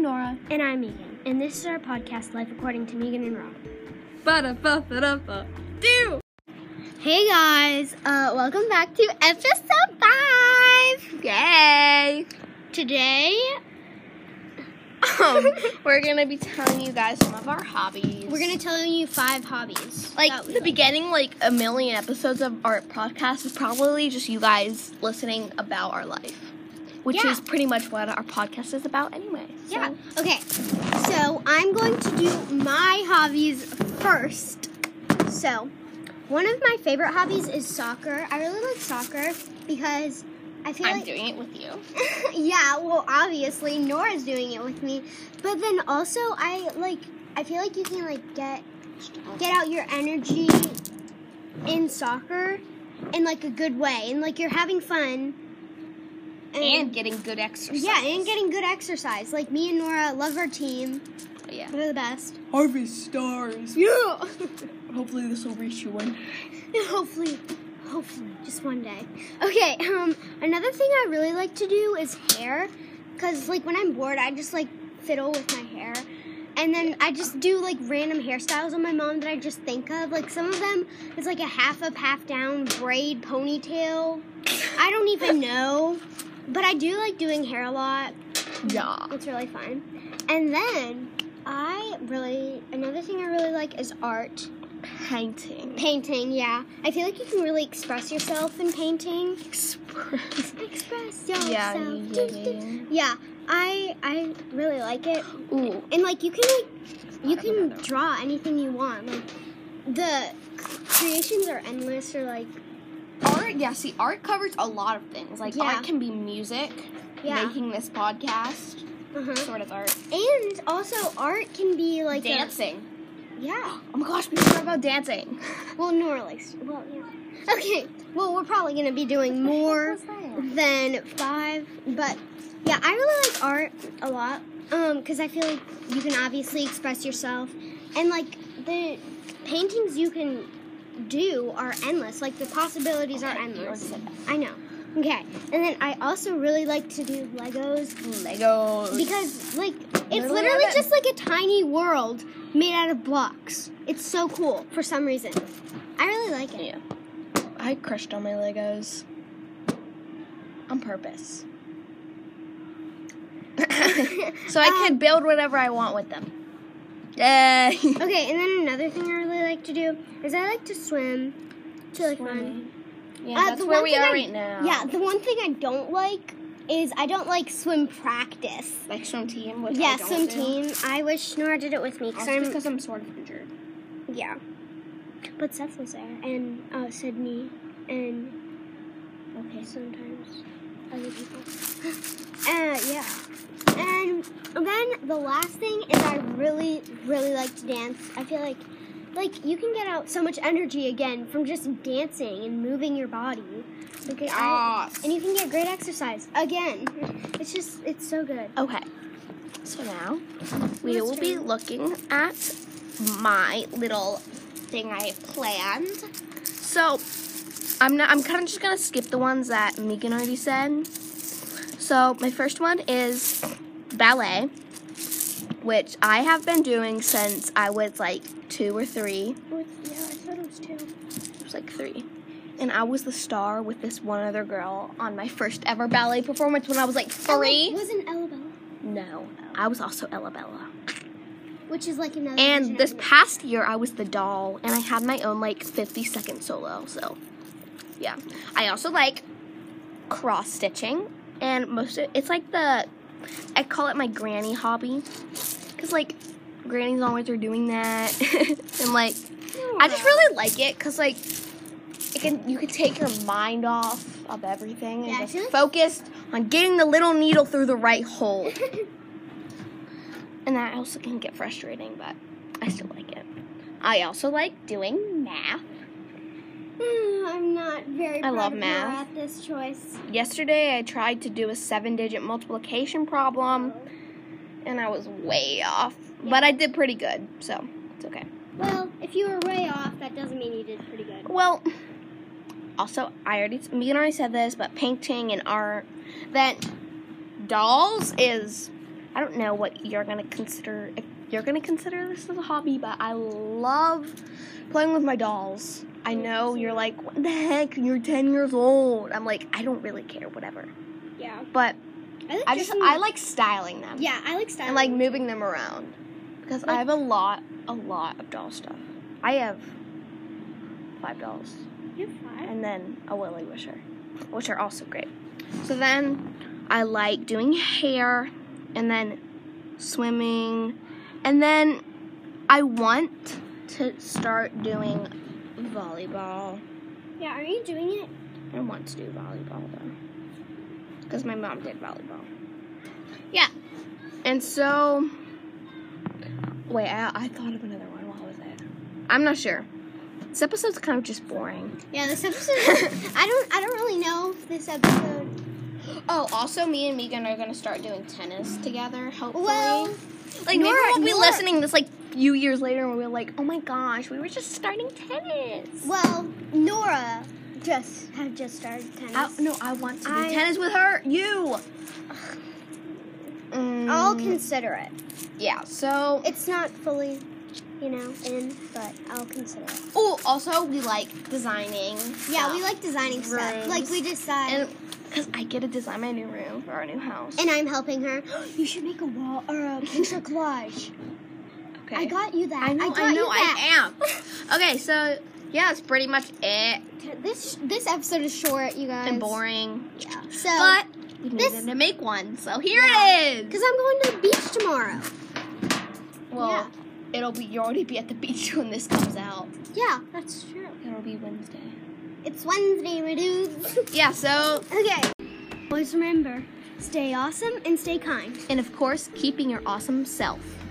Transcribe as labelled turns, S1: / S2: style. S1: Sarah.
S2: And I'm Megan, and this is our podcast, Life According to Megan and Rob.
S1: Ba-da-ba-ba-da-ba. Do!
S2: Hey guys, uh, welcome back to episode five.
S1: Yay!
S2: Today,
S1: Um, we're gonna be telling you guys some of our hobbies.
S2: we're gonna tell you five hobbies.
S1: like
S2: that we
S1: the beginning, like a million episodes of our podcast is probably just you guys listening about our life, which
S2: Yeah.
S1: is pretty much what our podcast is about, anyway. So.
S2: Yeah. Okay. So I'm going to do my hobbies first. So, one of my favorite hobbies is soccer. I really like soccer because I feel
S1: I'm
S2: like
S1: doing it with you.
S2: yeah, well, obviously Nora's doing it with me, but then also I like I feel like you can like get get out your energy in soccer in like a good way, and like you're having fun.
S1: And getting good exercise.
S2: yeah, and getting good exercise. Like me and Nora love our team.
S1: Yeah.
S2: They're the best.
S1: Harvest stars.
S2: Yeah.
S1: Hopefully this will reach you one.
S2: hopefully, hopefully, just one day. Okay. Um, another thing I really like to do is hair, cause like when I'm bored, I just like fiddle with my hair, and then I just do like random hairstyles on my mom that I just think of. Like some of them, it's like a half up, half down braid ponytail. I don't even know, but I do like doing hair a lot.
S1: Yeah.
S2: It's really fun. And then I really another thing I really like is art.
S1: Painting.
S2: Painting, yeah. I feel like you can really express yourself in painting.
S1: Express.
S2: Express yourself.
S1: Yeah, yeah,
S2: Do, do,
S1: yeah, yeah.
S2: Yeah, I I really like it.
S1: Ooh.
S2: And like you can like you can draw anything you want. Like the creations are endless or like
S1: Art, yeah, see, art covers a lot of things. Like,
S2: Yeah.
S1: art can be music,
S2: Yeah.
S1: making this podcast,
S2: uh-huh.
S1: sort of art,
S2: And also art can be like a-
S1: dancing.
S2: yeah.
S1: oh my gosh, we forgot about dancing.
S2: Well, Nora likes. Well, yeah. Okay. Well, we're probably gonna be doing more than five, but yeah, I really like art a lot. Um, because I feel like you can obviously express yourself, and like the paintings you can do are endless. Like the possibilities are endless. I know. Okay. And then I also really like to do Legos
S1: Legos.
S2: because like it's
S1: Literally
S2: literally
S1: have it.
S2: just like a tiny world made out of blocks. It's so cool for some reason. I really like it.
S1: yeah. I crushed all my Legos. On purpose. so I
S2: Um,
S1: can build whatever I want with them. Yay.
S2: Okay, and then another thing I really like to do is I like to swim. It's really fun.
S1: Yeah,
S2: Uh,
S1: that's
S2: the
S1: where
S2: one
S1: we
S2: thing
S1: are
S2: I-
S1: right now.
S2: Yeah, the one thing I don't like is I don't like swim practice.
S1: Like swim team. Which
S2: Yeah,
S1: I don't
S2: swim
S1: do.
S2: team. I wish Nora did it with me because
S1: Also
S2: I'm
S1: because I'm sort of injured.
S2: yeah. But Seth was there, and uh, Sydney, and
S1: Okay.
S2: sometimes other people. Uh, yeah. And then the last thing is I really, really like to dance. I feel like, like you can get out so much energy again from just dancing and moving your body. Okay. I-
S1: Yes.
S2: and you can get great exercise again. It's just, it's so good.
S1: Okay. So now we
S2: Let's
S1: will be
S2: try.
S1: looking at my little thing I planned. So I'm not I'm kind of just going to skip the ones that Megan already said. So my first one is ballet, which I have been doing since I was like 2 or 3.
S2: Oh, Yeah, I thought it was two.
S1: It was like 3. And I was the star with this one other girl on my first ever ballet performance when I was like 3.
S2: wasn't Elabella,
S1: No, I was also Ella Bella.
S2: which is like another. version
S1: And
S2: of
S1: this
S2: it.
S1: past year, I was the doll, and I had my own like 50 second solo. So, yeah. I also like cross stitching, and most of it's like the I call it my granny hobby, cause like grannies always are doing that, and like I just really like it, cause like it can you can take your mind off of everything and
S2: Yeah, I
S1: just
S2: feel like-
S1: focused on getting the little needle through the right hole. And that also can get frustrating, but I still like it. I also like doing math.
S2: Mm, I'm not very. proud
S1: love
S2: of Nora
S1: math.
S2: at this choice.
S1: Yesterday, I tried to do a seven digit multiplication
S2: Um,
S1: problem, and I was way off. But I did pretty good, so it's okay.
S2: Well, if you were way off, that doesn't mean you did pretty good.
S1: Well, also, I already, me and I said this, but painting and art. Then, dolls is I don't know what you're gonna consider. If you're gonna consider this as a hobby, but I love playing with my dolls. I know you're like, what the heck? You're 10 years old. I'm like, I don't really care, whatever.
S2: Yeah.
S1: But
S2: I, like
S1: I just,
S2: dressing
S1: I
S2: up-
S1: like styling them.
S2: Yeah, I like styling.
S1: And like moving them around. Because I have a lot, a lot of doll stuff. I have five dolls
S2: You're fine.
S1: and then a Willy Wisher, which are also great. So then I like doing hair and then swimming. And then I want to start doing volleyball.
S2: Yeah, are you doing it?
S1: I want to do volleyball though. Because my mom did volleyball. Yeah. And so. Wait, I, I thought of another one. What was it? I'm not sure. This episode's kind of just boring.
S2: Yeah, this episode. I don't. I don't really know if this episode.
S1: Oh, also, me and Megan are going to start doing tennis together, hopefully.
S2: Well,
S1: like, maybe
S2: Nora-
S1: we'll be
S2: Nora-
S1: listening this, like, few years later and we'll be like, oh my gosh, we were just starting tennis.
S2: well, Nora just had just started tennis.
S1: I, no, I want to do
S2: I-
S1: tennis with her. You!
S2: I'll
S1: Mm,
S2: consider it.
S1: yeah, so.
S2: It's not fully, you know, in, but I'll consider it.
S1: Oh, also we like designing.
S2: Yeah,
S1: stuff.
S2: we like designing stuff.
S1: Rooms.
S2: Like we decide.
S1: and
S2: And,
S1: because I get to design my new room for our new house.
S2: I'm helping her. you should make a wall or a picture collage.
S1: okay.
S2: I got you that.
S1: I know. I,
S2: got
S1: know.
S2: you that.
S1: I am. Okay, so yeah, that's pretty much it.
S2: This this episode is short, you guys.
S1: And boring,
S2: Yeah. So,
S1: but we
S2: this-
S1: needed to make one, so here it is.
S2: because I'm going to the beach tomorrow.
S1: Well, it'll be you will already be at the beach when this comes out.
S2: Yeah, that's true.
S1: It'll be Wednesday.
S2: It's Wednesday, my dudes.
S1: Yeah. So
S2: okay. Always remember, stay awesome and stay kind.
S1: and of course, keeping your awesome self.